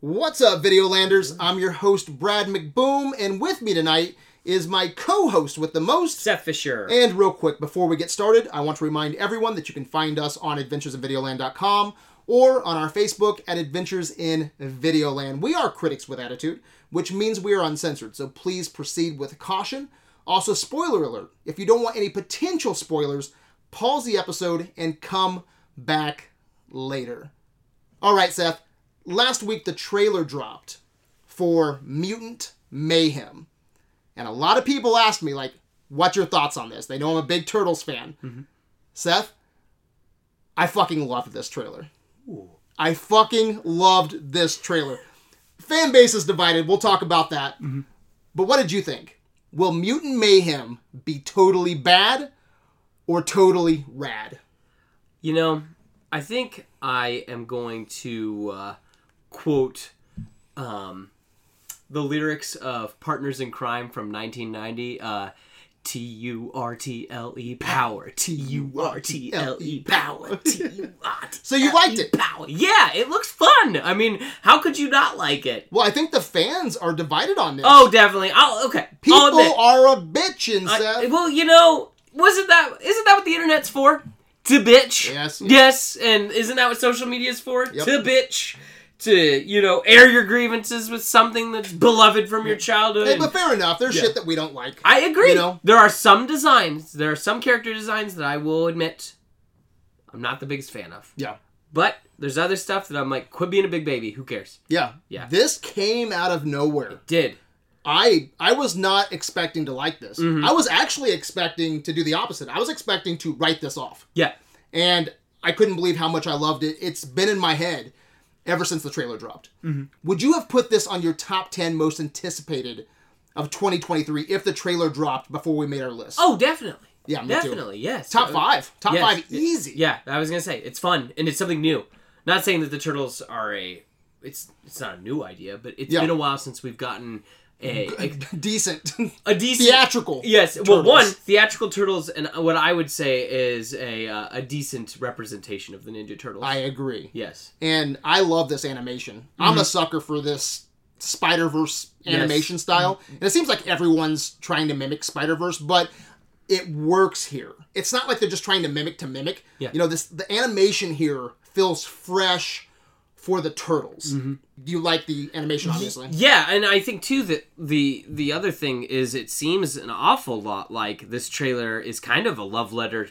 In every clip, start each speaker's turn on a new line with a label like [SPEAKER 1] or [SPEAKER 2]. [SPEAKER 1] What's up, Videolanders? I'm your host, Brad McBoom, and with me tonight is my co host with the most.
[SPEAKER 2] Seth Fisher.
[SPEAKER 1] And real quick, before we get started, I want to remind everyone that you can find us on adventuresinvideoland.com or on our Facebook at Adventures in Videoland. We are critics with attitude, which means we are uncensored, so please proceed with caution. Also, spoiler alert if you don't want any potential spoilers, pause the episode and come back later. All right, Seth, last week the trailer dropped for Mutant Mayhem. And a lot of people asked me, like, what's your thoughts on this? They know I'm a big Turtles fan.
[SPEAKER 2] Mm-hmm.
[SPEAKER 1] Seth, I fucking loved this trailer. I fucking loved this trailer. Fan base is divided. We'll talk about that.
[SPEAKER 2] Mm-hmm.
[SPEAKER 1] But what did you think? Will Mutant Mayhem be totally bad or totally rad?
[SPEAKER 2] You know, I think I am going to uh, quote um, the lyrics of Partners in Crime from 1990. Uh, T U R T L E power. T U R T L E power. T U R T E
[SPEAKER 1] So you liked it?
[SPEAKER 2] power. Yeah, it looks fun. I mean, how could you not like it?
[SPEAKER 1] Well, I think the fans are divided on this.
[SPEAKER 2] Oh, definitely. I'll, okay. I'll
[SPEAKER 1] People
[SPEAKER 2] admit.
[SPEAKER 1] are a bitchin',
[SPEAKER 2] I-
[SPEAKER 1] Seth.
[SPEAKER 2] well, you know, wasn't that isn't that what the internet's for? To bitch.
[SPEAKER 1] Yes.
[SPEAKER 2] Yes, and isn't that what social media's for?
[SPEAKER 1] Yep.
[SPEAKER 2] To bitch. To you know, air your grievances with something that's beloved from your childhood.
[SPEAKER 1] Hey, but fair enough. There's
[SPEAKER 2] Yeah.
[SPEAKER 1] shit that we don't like.
[SPEAKER 2] I agree.
[SPEAKER 1] You know?
[SPEAKER 2] There are some designs, there are some character designs that I will admit I'm not the biggest fan of.
[SPEAKER 1] yeah.
[SPEAKER 2] But there's other stuff that I'm like, quit being a big baby. Who cares?
[SPEAKER 1] Yeah.
[SPEAKER 2] Yeah.
[SPEAKER 1] This came out of nowhere.
[SPEAKER 2] Did
[SPEAKER 1] I I was not expecting to like this.
[SPEAKER 2] Mm-hmm.
[SPEAKER 1] I was actually expecting to do the opposite. I was expecting to write this off.
[SPEAKER 2] yeah.
[SPEAKER 1] And I couldn't believe how much I loved it. It's been in my head ever since the trailer dropped.
[SPEAKER 2] Mm-hmm.
[SPEAKER 1] Would you have put this on your top 10 most anticipated of 2023 if the trailer dropped before we made our list?
[SPEAKER 2] Oh, definitely.
[SPEAKER 1] Yeah, me too.
[SPEAKER 2] definitely. Yes.
[SPEAKER 1] Top
[SPEAKER 2] Uh,
[SPEAKER 1] 5. Top
[SPEAKER 2] Yes.
[SPEAKER 1] 5 easy.
[SPEAKER 2] Yeah, I was gonna say it's fun and it's something new. Not saying that the turtles are a it's it's not a new idea, but it's
[SPEAKER 1] Yeah.
[SPEAKER 2] been a while since we've gotten a a,
[SPEAKER 1] Decent.
[SPEAKER 2] a decent
[SPEAKER 1] Theatrical.
[SPEAKER 2] Yes, well, one
[SPEAKER 1] Turtles.
[SPEAKER 2] theatrical turtles, and what I would say is a uh, a decent representation of the Ninja Turtles.
[SPEAKER 1] I agree.
[SPEAKER 2] yes,
[SPEAKER 1] and I love this animation. I'm
[SPEAKER 2] Mhm.
[SPEAKER 1] a sucker for this Spider Verse animation style, and it seems like everyone's trying to mimic Spider Verse, but it works here. It's not like they're just trying to mimic to mimic.
[SPEAKER 2] Yeah.
[SPEAKER 1] You know, this the animation here feels fresh for the turtles.
[SPEAKER 2] Mm-hmm.
[SPEAKER 1] You like the animation, obviously.
[SPEAKER 2] yeah, and I think too that the the other thing is it seems an awful lot like this trailer is kind of a love letter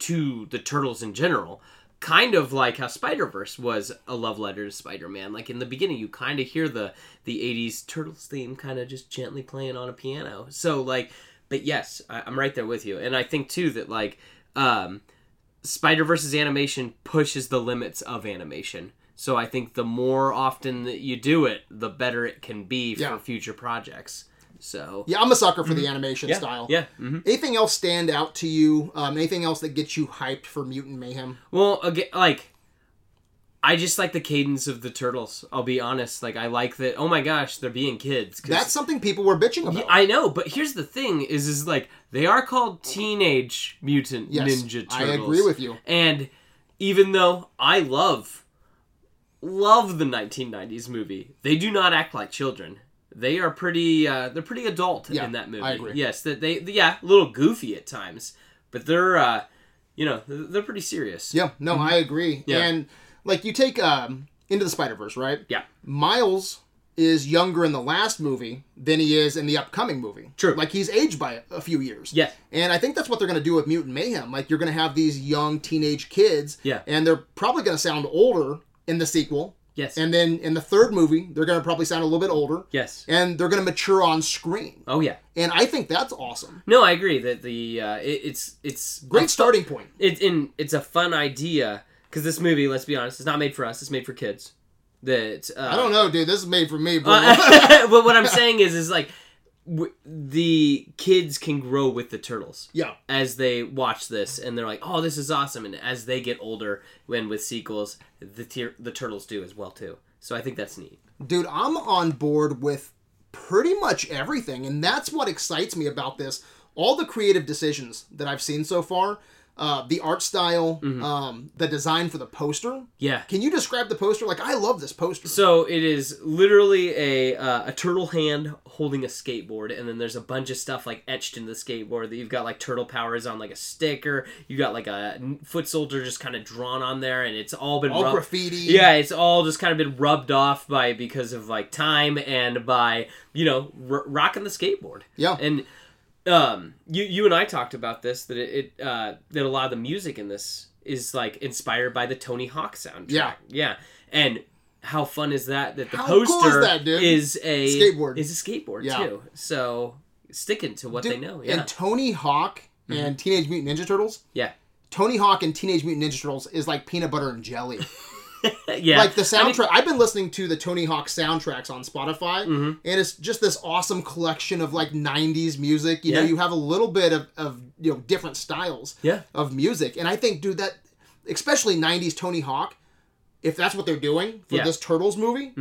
[SPEAKER 2] to the turtles in general. Kind of like how Spider Verse was a love letter to Spider Man. Like in the beginning, you kind of hear the the '80s Turtles theme kind of just gently playing on a piano. So like, but yes, I, I'm right there with you, and I think too that like um, Spider Verse's animation pushes the limits of animation. So I think the more often that you do it, the better it can be
[SPEAKER 1] Yeah.
[SPEAKER 2] for future projects. So
[SPEAKER 1] Yeah, I'm a sucker for the animation
[SPEAKER 2] Mm-hmm. yeah,
[SPEAKER 1] style.
[SPEAKER 2] yeah. mhm.
[SPEAKER 1] Anything else stand out to you? Um, anything else that gets you hyped for Mutant Mayhem?
[SPEAKER 2] Well, again, like I just like the cadence of the turtles. I'll be honest. Like I like that. Oh my gosh, they're being kids. 'cause-
[SPEAKER 1] That's something people were bitching about.
[SPEAKER 2] I know, but here's the thing: is is like they are called teenage mutant
[SPEAKER 1] Yes,
[SPEAKER 2] ninja turtles.
[SPEAKER 1] I agree with you.
[SPEAKER 2] And even though I love love the 1990s movie, they do not act like children. They are pretty. Uh, they're pretty adult
[SPEAKER 1] Yeah,
[SPEAKER 2] in that movie.
[SPEAKER 1] I agree.
[SPEAKER 2] Yes, that they yeah, a little goofy at times, but they're uh, you know they're they're pretty serious.
[SPEAKER 1] Yeah, no, I agree.
[SPEAKER 2] Mm-hmm. Yeah.
[SPEAKER 1] And like you take um into the Spider Verse, right?
[SPEAKER 2] Yeah.
[SPEAKER 1] Miles is younger in the last movie than he is in the upcoming movie.
[SPEAKER 2] True.
[SPEAKER 1] Like he's aged by a- a few years.
[SPEAKER 2] Yeah.
[SPEAKER 1] And I think that's what they're gonna do with Mutant Mayhem. Like you're gonna have these young teenage kids.
[SPEAKER 2] Yeah.
[SPEAKER 1] And they're probably gonna sound older in the sequel.
[SPEAKER 2] Yes.
[SPEAKER 1] And then in the third movie, they're gonna probably sound a little bit older.
[SPEAKER 2] yes.
[SPEAKER 1] And they're gonna mature on screen.
[SPEAKER 2] Oh yeah.
[SPEAKER 1] And I think that's awesome.
[SPEAKER 2] No, I agree that the uh, it, it's it's
[SPEAKER 1] Great starting point.
[SPEAKER 2] it, in it's a fun idea because this movie, let's be honest, is not made for us. It's made for kids. That uh,
[SPEAKER 1] I don't know, dude. This is made for me, bro.
[SPEAKER 2] uh, but what I'm saying is, is like w- the kids can grow with the turtles
[SPEAKER 1] yeah.
[SPEAKER 2] as they watch this, and they're like, "Oh, this is awesome!" And as they get older, when with sequels, the tier the turtles do as well too. So I think that's neat.
[SPEAKER 1] dude i'm on board with pretty much everything and that's what excites me about this all the creative decisions that i've seen so far uh, the art style,
[SPEAKER 2] Mm-hmm.
[SPEAKER 1] um, the design for the poster.
[SPEAKER 2] Yeah.
[SPEAKER 1] Can you describe the poster? Like, I love this poster.
[SPEAKER 2] So it is literally a uh, a turtle hand holding a skateboard, and then there's a bunch of stuff like etched into the skateboard that you've got like turtle powers on like a sticker. You got like a n- foot soldier just kind of drawn on there, and it's all been
[SPEAKER 1] all
[SPEAKER 2] rub-
[SPEAKER 1] graffiti.
[SPEAKER 2] yeah, it's all just kind of been rubbed off by because of like time and by you know r- rocking the skateboard.
[SPEAKER 1] Yeah.
[SPEAKER 2] and um, you you and I talked about this that it, it uh, that a lot of the music in this is like inspired by the Tony Hawk soundtrack.
[SPEAKER 1] Yeah.
[SPEAKER 2] yeah, and how fun is that that the
[SPEAKER 1] How cool is
[SPEAKER 2] poster
[SPEAKER 1] that, dude?
[SPEAKER 2] is a
[SPEAKER 1] Skateboard.
[SPEAKER 2] is a skateboard
[SPEAKER 1] Yeah.
[SPEAKER 2] too. So sticking to what they
[SPEAKER 1] Dude,
[SPEAKER 2] know, yeah, Mm-hmm.
[SPEAKER 1] And Tony Hawk and Teenage Mutant Ninja Turtles.
[SPEAKER 2] yeah,
[SPEAKER 1] Tony Hawk and Teenage Mutant Ninja Turtles is like peanut butter and jelly.
[SPEAKER 2] yeah.
[SPEAKER 1] Like the
[SPEAKER 2] I mean,
[SPEAKER 1] soundtrack, I've been listening to the Tony Hawk soundtracks on Spotify,
[SPEAKER 2] Mm-hmm.
[SPEAKER 1] and it's just this awesome collection of like '90s music. You know,
[SPEAKER 2] Yeah.
[SPEAKER 1] you have a little bit of, of you know different styles
[SPEAKER 2] Yeah.
[SPEAKER 1] of music, and I think, dude, that especially '90s Tony Hawk, if that's what they're doing for
[SPEAKER 2] Yeah. Mm-hmm.
[SPEAKER 1] this Turtles movie,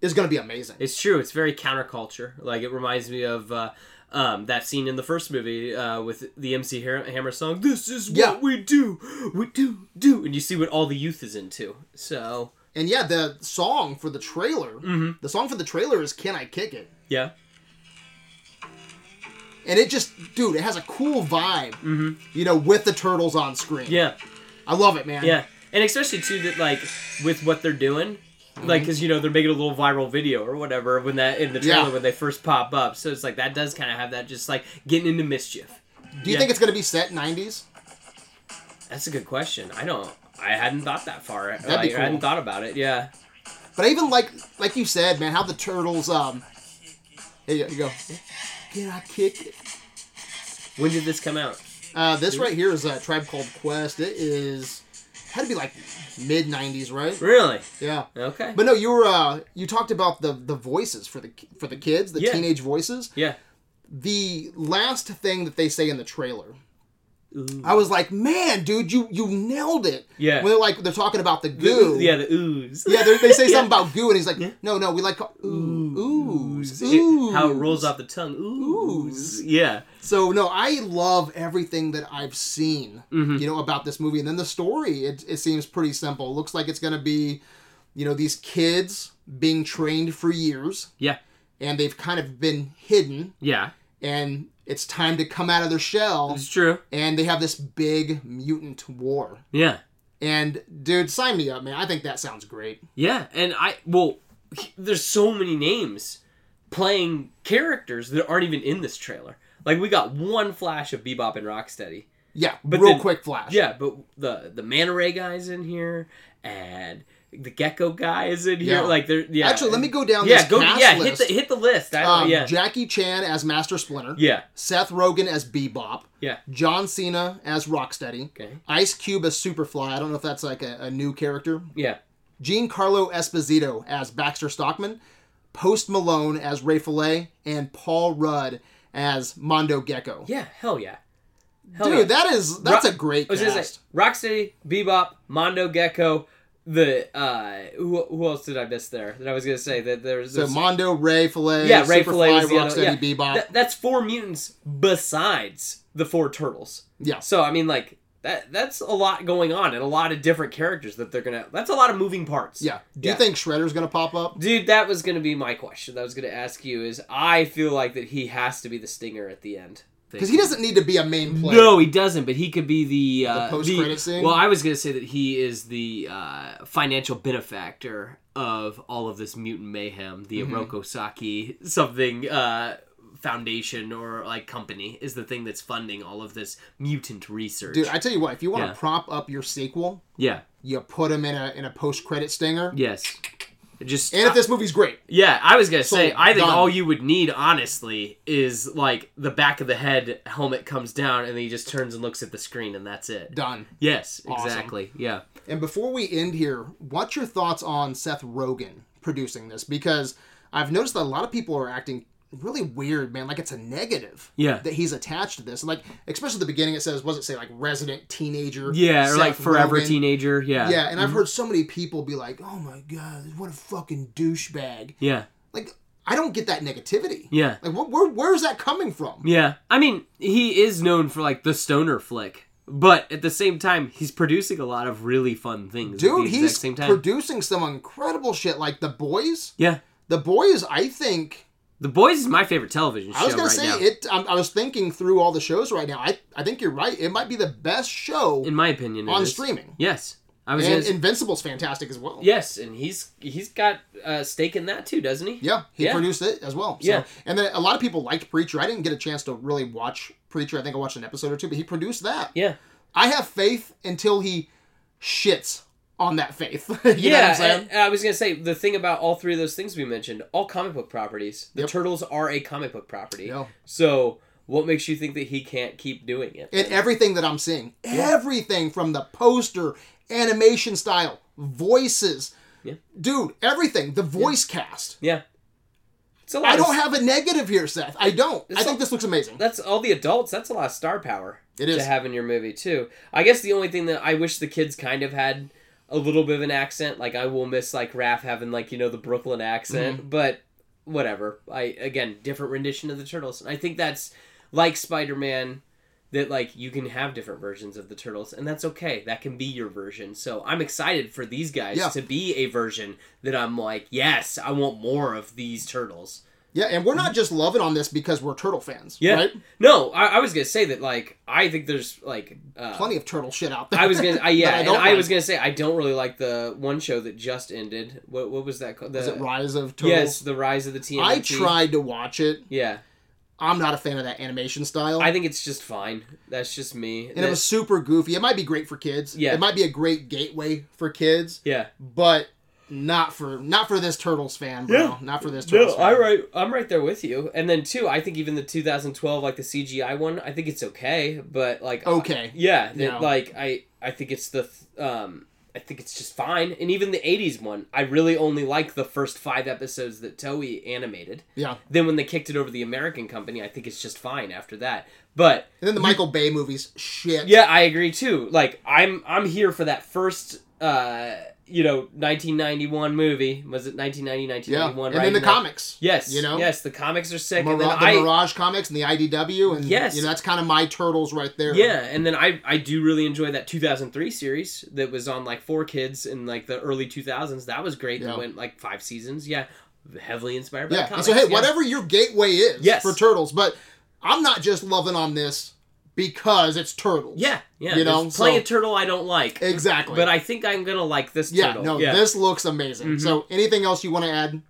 [SPEAKER 1] is going to be amazing.
[SPEAKER 2] It's true. It's very counterculture. Like it reminds me of uh, um, that scene in the first movie uh, with the MC Har- Hammer song. This is
[SPEAKER 1] Yeah.
[SPEAKER 2] what we do, we do, do, and you see what all the youth is into. So
[SPEAKER 1] and yeah, the song for the trailer,
[SPEAKER 2] Mm-hmm.
[SPEAKER 1] the song for the trailer is "Can I Kick It."
[SPEAKER 2] yeah,
[SPEAKER 1] and it just dude it has a cool vibe you know with the turtles on screen
[SPEAKER 2] Mm-hmm. yeah,
[SPEAKER 1] i love it man
[SPEAKER 2] yeah, and especially too that like with what they're doing. Like, cause you know they're making a little viral video or whatever when that in the trailer
[SPEAKER 1] Mm-hmm. Yeah.
[SPEAKER 2] when they first pop up, so it's like that does kind of have that just like getting into mischief.
[SPEAKER 1] do you
[SPEAKER 2] Yeah.
[SPEAKER 1] think it's gonna be set 90s
[SPEAKER 2] That's a good question. I don't. I hadn't thought that far.
[SPEAKER 1] be
[SPEAKER 2] like,
[SPEAKER 1] cool.
[SPEAKER 2] I hadn't thought about it. Yeah.
[SPEAKER 1] but i even like like you said man how the turtles um there you go can i kick it
[SPEAKER 2] When did this come out?
[SPEAKER 1] uh this right here is a tribe called quest it is had to be like mid 90s right
[SPEAKER 2] Really?
[SPEAKER 1] yeah
[SPEAKER 2] Okay.
[SPEAKER 1] but no you were uh you talked about the the voices for the ki- for the kids the
[SPEAKER 2] Yeah.
[SPEAKER 1] teenage voices
[SPEAKER 2] yeah.
[SPEAKER 1] the last thing that they say in the trailer I was like, man, dude, you you nailed it.
[SPEAKER 2] Yeah.
[SPEAKER 1] When they're like they're talking about the goo.
[SPEAKER 2] Yeah, the ooze.
[SPEAKER 1] Yeah, they're- they say something about goo, and he's like, no, no, we like call- ooh, ooze, ooze.
[SPEAKER 2] It- how it rolls off the tongue. Ooze. Yeah.
[SPEAKER 1] So no, I love everything that I've seen,
[SPEAKER 2] Mm-hmm.
[SPEAKER 1] you know, about this movie, and then the story. It it seems pretty simple. looks like it's gonna be, you know, these kids being trained for years,
[SPEAKER 2] Yeah.
[SPEAKER 1] and they've kind of been hidden,
[SPEAKER 2] Yeah.
[SPEAKER 1] and it's time to come out of their shell,
[SPEAKER 2] It's true.
[SPEAKER 1] and they have this big mutant war.
[SPEAKER 2] Yeah.
[SPEAKER 1] And dude, sign me up, man. I think that sounds great.
[SPEAKER 2] Yeah. And I well, there's so many names playing characters that aren't even in this trailer. Like we got one flash of Bebop and Rocksteady.
[SPEAKER 1] Yeah,
[SPEAKER 2] But
[SPEAKER 1] real
[SPEAKER 2] then-
[SPEAKER 1] quick flash.
[SPEAKER 2] Yeah, but the the manta ray guy's in here and the gecko guy is in here.
[SPEAKER 1] Yeah.
[SPEAKER 2] Like they're yeah.
[SPEAKER 1] Actually, let me go down
[SPEAKER 2] yeah
[SPEAKER 1] this
[SPEAKER 2] go
[SPEAKER 1] cast
[SPEAKER 2] yeah
[SPEAKER 1] list.
[SPEAKER 2] hit the hit the list. I,
[SPEAKER 1] Um,
[SPEAKER 2] yeah.
[SPEAKER 1] Jackie Chan as Master Splinter.
[SPEAKER 2] yeah.
[SPEAKER 1] Seth Rogen as Bebop.
[SPEAKER 2] Yeah.
[SPEAKER 1] John Cena as Rocksteady.
[SPEAKER 2] Okay.
[SPEAKER 1] Ice Cube as Superfly. I don't know if that's like a, a new character.
[SPEAKER 2] Yeah.
[SPEAKER 1] Giancarlo Esposito as Baxter Stockman. Post Malone as Ray Fillet. And Paul Rudd as Mondo Gecko.
[SPEAKER 2] Yeah, hell yeah. Hell
[SPEAKER 1] Dude,
[SPEAKER 2] yeah.
[SPEAKER 1] that is that's
[SPEAKER 2] Ro-
[SPEAKER 1] a great
[SPEAKER 2] I was
[SPEAKER 1] cast.
[SPEAKER 2] gonna say, Rocksteady, Bebop, Mondo Gecko, the uh who, who else did I miss there? That I was gonna say that there's
[SPEAKER 1] so
[SPEAKER 2] there's-
[SPEAKER 1] Mondo, Ray Fillet,
[SPEAKER 2] yeah, Ray
[SPEAKER 1] Superfly,
[SPEAKER 2] Fillet was the
[SPEAKER 1] Rocksteady,
[SPEAKER 2] other, yeah.
[SPEAKER 1] Bebop.
[SPEAKER 2] Th- that's four mutants besides the four turtles.
[SPEAKER 1] yeah.
[SPEAKER 2] So I mean like that that's a lot going on and a lot of different characters that they're gonna that's a lot of moving parts.
[SPEAKER 1] Yeah. Do
[SPEAKER 2] Yeah.
[SPEAKER 1] you think Shredder's gonna pop up?
[SPEAKER 2] Dude, that was gonna be my question that I was gonna ask you is I feel like that he has to be the stinger at the end.
[SPEAKER 1] Because he doesn't need to be a main player.
[SPEAKER 2] No, he doesn't. But he could be the, uh,
[SPEAKER 1] The post-credit scene?
[SPEAKER 2] Well, I was gonna say that he is the uh, financial benefactor of all of this mutant mayhem. The
[SPEAKER 1] Mm-hmm.
[SPEAKER 2] Orokosaki something uh, foundation or like company is the thing that's funding all of this mutant research.
[SPEAKER 1] Dude, I tell you what, if you want to
[SPEAKER 2] Yeah.
[SPEAKER 1] prop up your sequel,
[SPEAKER 2] yeah.
[SPEAKER 1] you put him in a in a post credit stinger.
[SPEAKER 2] Yes. It Just
[SPEAKER 1] And if this movie's great,
[SPEAKER 2] Yeah, I was gonna say. I think
[SPEAKER 1] done.
[SPEAKER 2] all you would need, honestly, is like the back of the head helmet comes down, and then he just turns and looks at the screen, and that's it.
[SPEAKER 1] done.
[SPEAKER 2] Yes,
[SPEAKER 1] Awesome.
[SPEAKER 2] exactly. Yeah.
[SPEAKER 1] And before we end here, what's your thoughts on Seth Rogen producing this? Because I've noticed that a lot of people are acting really weird, man. Like it's a negative.
[SPEAKER 2] Yeah.
[SPEAKER 1] That he's attached to this. And like especially at the beginning it says, was it say like resident teenager?
[SPEAKER 2] Yeah, or
[SPEAKER 1] Seth
[SPEAKER 2] like forever
[SPEAKER 1] Rogen?
[SPEAKER 2] teenager. Yeah. Mm-hmm.
[SPEAKER 1] Yeah, and I've heard so many people be like, Oh my god, what a fucking douchebag.
[SPEAKER 2] Yeah.
[SPEAKER 1] Like I don't get that negativity.
[SPEAKER 2] Yeah.
[SPEAKER 1] Like, wh- where where is that coming from?
[SPEAKER 2] Yeah. I mean, he is known for like the stoner flick. But at the same time, he's producing a lot of really fun things. at the
[SPEAKER 1] Dude,
[SPEAKER 2] exact
[SPEAKER 1] he's
[SPEAKER 2] same time.
[SPEAKER 1] producing some incredible shit like The Boys.
[SPEAKER 2] yeah,
[SPEAKER 1] The Boys, I think.
[SPEAKER 2] The Boys is my favorite television show
[SPEAKER 1] I was gonna
[SPEAKER 2] right
[SPEAKER 1] say
[SPEAKER 2] now,
[SPEAKER 1] it. Um, I was thinking through all the shows right now. I I think you're right. It might be the best show
[SPEAKER 2] in my opinion. it
[SPEAKER 1] on
[SPEAKER 2] is.
[SPEAKER 1] streaming.
[SPEAKER 2] Yes, I was.
[SPEAKER 1] And
[SPEAKER 2] gonna,
[SPEAKER 1] Invincible's fantastic as well.
[SPEAKER 2] yes, and he's he's got a stake in that too, doesn't he?
[SPEAKER 1] Yeah, he
[SPEAKER 2] Yeah.
[SPEAKER 1] produced it as well. So,
[SPEAKER 2] Yeah.
[SPEAKER 1] and then a lot of people liked Preacher. I didn't get a chance to really watch Preacher. I think I watched an episode or two, but he produced that.
[SPEAKER 2] Yeah.
[SPEAKER 1] I have faith until he shits on that faith. you know what I'm saying?
[SPEAKER 2] and- and I was gonna say the thing about all three of those things we mentioned, all comic book properties. The
[SPEAKER 1] Yep.
[SPEAKER 2] turtles are a comic book property.
[SPEAKER 1] Yeah.
[SPEAKER 2] So what makes you think that he can't keep doing it?
[SPEAKER 1] in everything that I'm seeing. Everything from the poster, animation style, voices.
[SPEAKER 2] Yeah.
[SPEAKER 1] Dude, everything. The voice cast.
[SPEAKER 2] yeah. It's a lot.
[SPEAKER 1] I
[SPEAKER 2] of-
[SPEAKER 1] don't have a negative here, Seth. I don't. I think this looks amazing.
[SPEAKER 2] that's all the adults. That's a lot of star power
[SPEAKER 1] It
[SPEAKER 2] to
[SPEAKER 1] is.
[SPEAKER 2] have in your movie too. I guess the only thing that I wish the kids kind of had a little bit of an accent. Like I will miss like Raph having like you know the Brooklyn accent,
[SPEAKER 1] Mm-hmm.
[SPEAKER 2] but whatever. I again different rendition of the turtles. And I think that's like Spider Man. That like you can have different versions of the turtles, and that's okay. That can be your version. So I'm excited for these guys
[SPEAKER 1] Yeah.
[SPEAKER 2] to be a version that I'm like, yes, I want more of these turtles.
[SPEAKER 1] Yeah, and we're not just loving on this because we're turtle fans,
[SPEAKER 2] Yeah.
[SPEAKER 1] right?
[SPEAKER 2] No, I, I was gonna say that like I think there's like uh,
[SPEAKER 1] Plenty of turtle shit out there.
[SPEAKER 2] I was gonna I, yeah,
[SPEAKER 1] that I
[SPEAKER 2] and
[SPEAKER 1] don't
[SPEAKER 2] I was
[SPEAKER 1] like.
[SPEAKER 2] gonna say I don't really like the one show that just ended. What what was that called? The,
[SPEAKER 1] Is it Rise of
[SPEAKER 2] Yes,
[SPEAKER 1] Turtles?
[SPEAKER 2] the Rise of the TMNT.
[SPEAKER 1] I tried to watch it.
[SPEAKER 2] Yeah,
[SPEAKER 1] I'm not a fan of that animation style.
[SPEAKER 2] I think it's just fine. That's just me.
[SPEAKER 1] and it was super goofy. It might be great for kids.
[SPEAKER 2] Yeah.
[SPEAKER 1] It might be a great gateway for kids,
[SPEAKER 2] yeah.
[SPEAKER 1] but not for not for this Turtles fan, bro.
[SPEAKER 2] Yeah.
[SPEAKER 1] Not for this Turtles
[SPEAKER 2] No,
[SPEAKER 1] fan.
[SPEAKER 2] I right, I'm right there with you. And then two, I think even the 2012 like the CGI one, I think it's okay, but like
[SPEAKER 1] okay.
[SPEAKER 2] Yeah, that,
[SPEAKER 1] Yeah.
[SPEAKER 2] like I, I think it's the, th- um, I think it's just fine. And even the '80s one, I really only like the first five episodes that Toei animated.
[SPEAKER 1] Yeah.
[SPEAKER 2] Then when they kicked it over to the American company, I think it's just fine after that. But
[SPEAKER 1] And then the Michael Bay movies, shit.
[SPEAKER 2] yeah, I agree too. Like I'm, I'm here for that first, uh, you know, 1991 movie. Was it 1990,
[SPEAKER 1] Yeah.
[SPEAKER 2] 1991?
[SPEAKER 1] And
[SPEAKER 2] right?
[SPEAKER 1] then the
[SPEAKER 2] that-
[SPEAKER 1] comics.
[SPEAKER 2] Yes,
[SPEAKER 1] You know?
[SPEAKER 2] yes, the comics are sick.
[SPEAKER 1] Mira-
[SPEAKER 2] and then
[SPEAKER 1] the
[SPEAKER 2] I,
[SPEAKER 1] Mirage comics and the IDW and
[SPEAKER 2] Yes.
[SPEAKER 1] you know, that's kind of my turtles right there.
[SPEAKER 2] Yeah, and then I I do really enjoy that 2003 series that was on like four kids in like the early 2000s. That was great.
[SPEAKER 1] Yeah.
[SPEAKER 2] That went like five seasons. Yeah, heavily inspired by
[SPEAKER 1] Yeah. And
[SPEAKER 2] comics.
[SPEAKER 1] so hey,
[SPEAKER 2] yeah.
[SPEAKER 1] whatever your gateway is
[SPEAKER 2] Yes.
[SPEAKER 1] for turtles, but I'm not just loving on this because it's turtles.
[SPEAKER 2] Yeah, yeah.
[SPEAKER 1] You
[SPEAKER 2] You
[SPEAKER 1] know,
[SPEAKER 2] know, plenty
[SPEAKER 1] so-
[SPEAKER 2] of turtle I don't like,
[SPEAKER 1] Exactly.
[SPEAKER 2] but I think I'm gonna like this
[SPEAKER 1] yeah,
[SPEAKER 2] turtle.
[SPEAKER 1] no,
[SPEAKER 2] yeah. Mm-hmm.
[SPEAKER 1] this looks amazing. So anything else you want to add?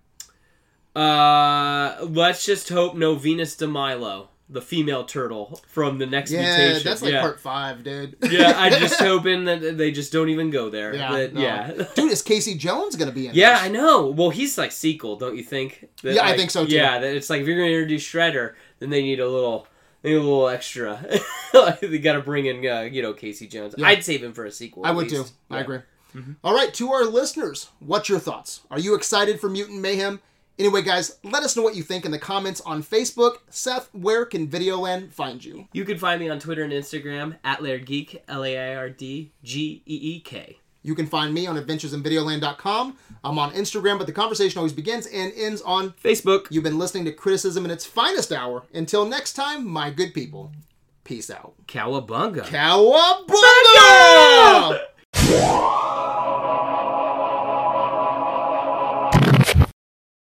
[SPEAKER 2] Uh, let's just hope no Venus de Milo, the female turtle from the next
[SPEAKER 1] Yeah,
[SPEAKER 2] mutation.
[SPEAKER 1] that's like
[SPEAKER 2] yeah.
[SPEAKER 1] part five, dude.
[SPEAKER 2] yeah, I'm just hoping that they just don't even go there.
[SPEAKER 1] Yeah,
[SPEAKER 2] That-
[SPEAKER 1] no.
[SPEAKER 2] yeah.
[SPEAKER 1] dude, is Casey Jones gonna be in?
[SPEAKER 2] Yeah,
[SPEAKER 1] this?
[SPEAKER 2] I know. Well, he's like sequel, don't you think? That,
[SPEAKER 1] Yeah, I
[SPEAKER 2] like-
[SPEAKER 1] think so, too.
[SPEAKER 2] Yeah, that it's like if you're going to introduce Shredder, then they need a little, they need a little extra. they got to bring in, uh, you know, Casey Jones.
[SPEAKER 1] Yeah.
[SPEAKER 2] I'd save him for a sequel.
[SPEAKER 1] I
[SPEAKER 2] at
[SPEAKER 1] would too.
[SPEAKER 2] least.
[SPEAKER 1] I
[SPEAKER 2] Yeah. Mm-hmm.
[SPEAKER 1] agree. All right, to our listeners, what's your thoughts? Are you excited for Mutant Mayhem? Anyway, guys, let us know what you think in the comments on Facebook. Seth, where can Videoland find you?
[SPEAKER 2] You can find me on Twitter and Instagram at Laird Geek, L A I R D G E E K.
[SPEAKER 1] You can find me on adventuresinvideoland.com. I'm on Instagram, but the conversation always begins and ends on.
[SPEAKER 2] Facebook.
[SPEAKER 1] You've been listening to Criticism in its finest hour. Until next time, my good people, peace out.
[SPEAKER 2] Cowabunga.
[SPEAKER 1] Cowabunga!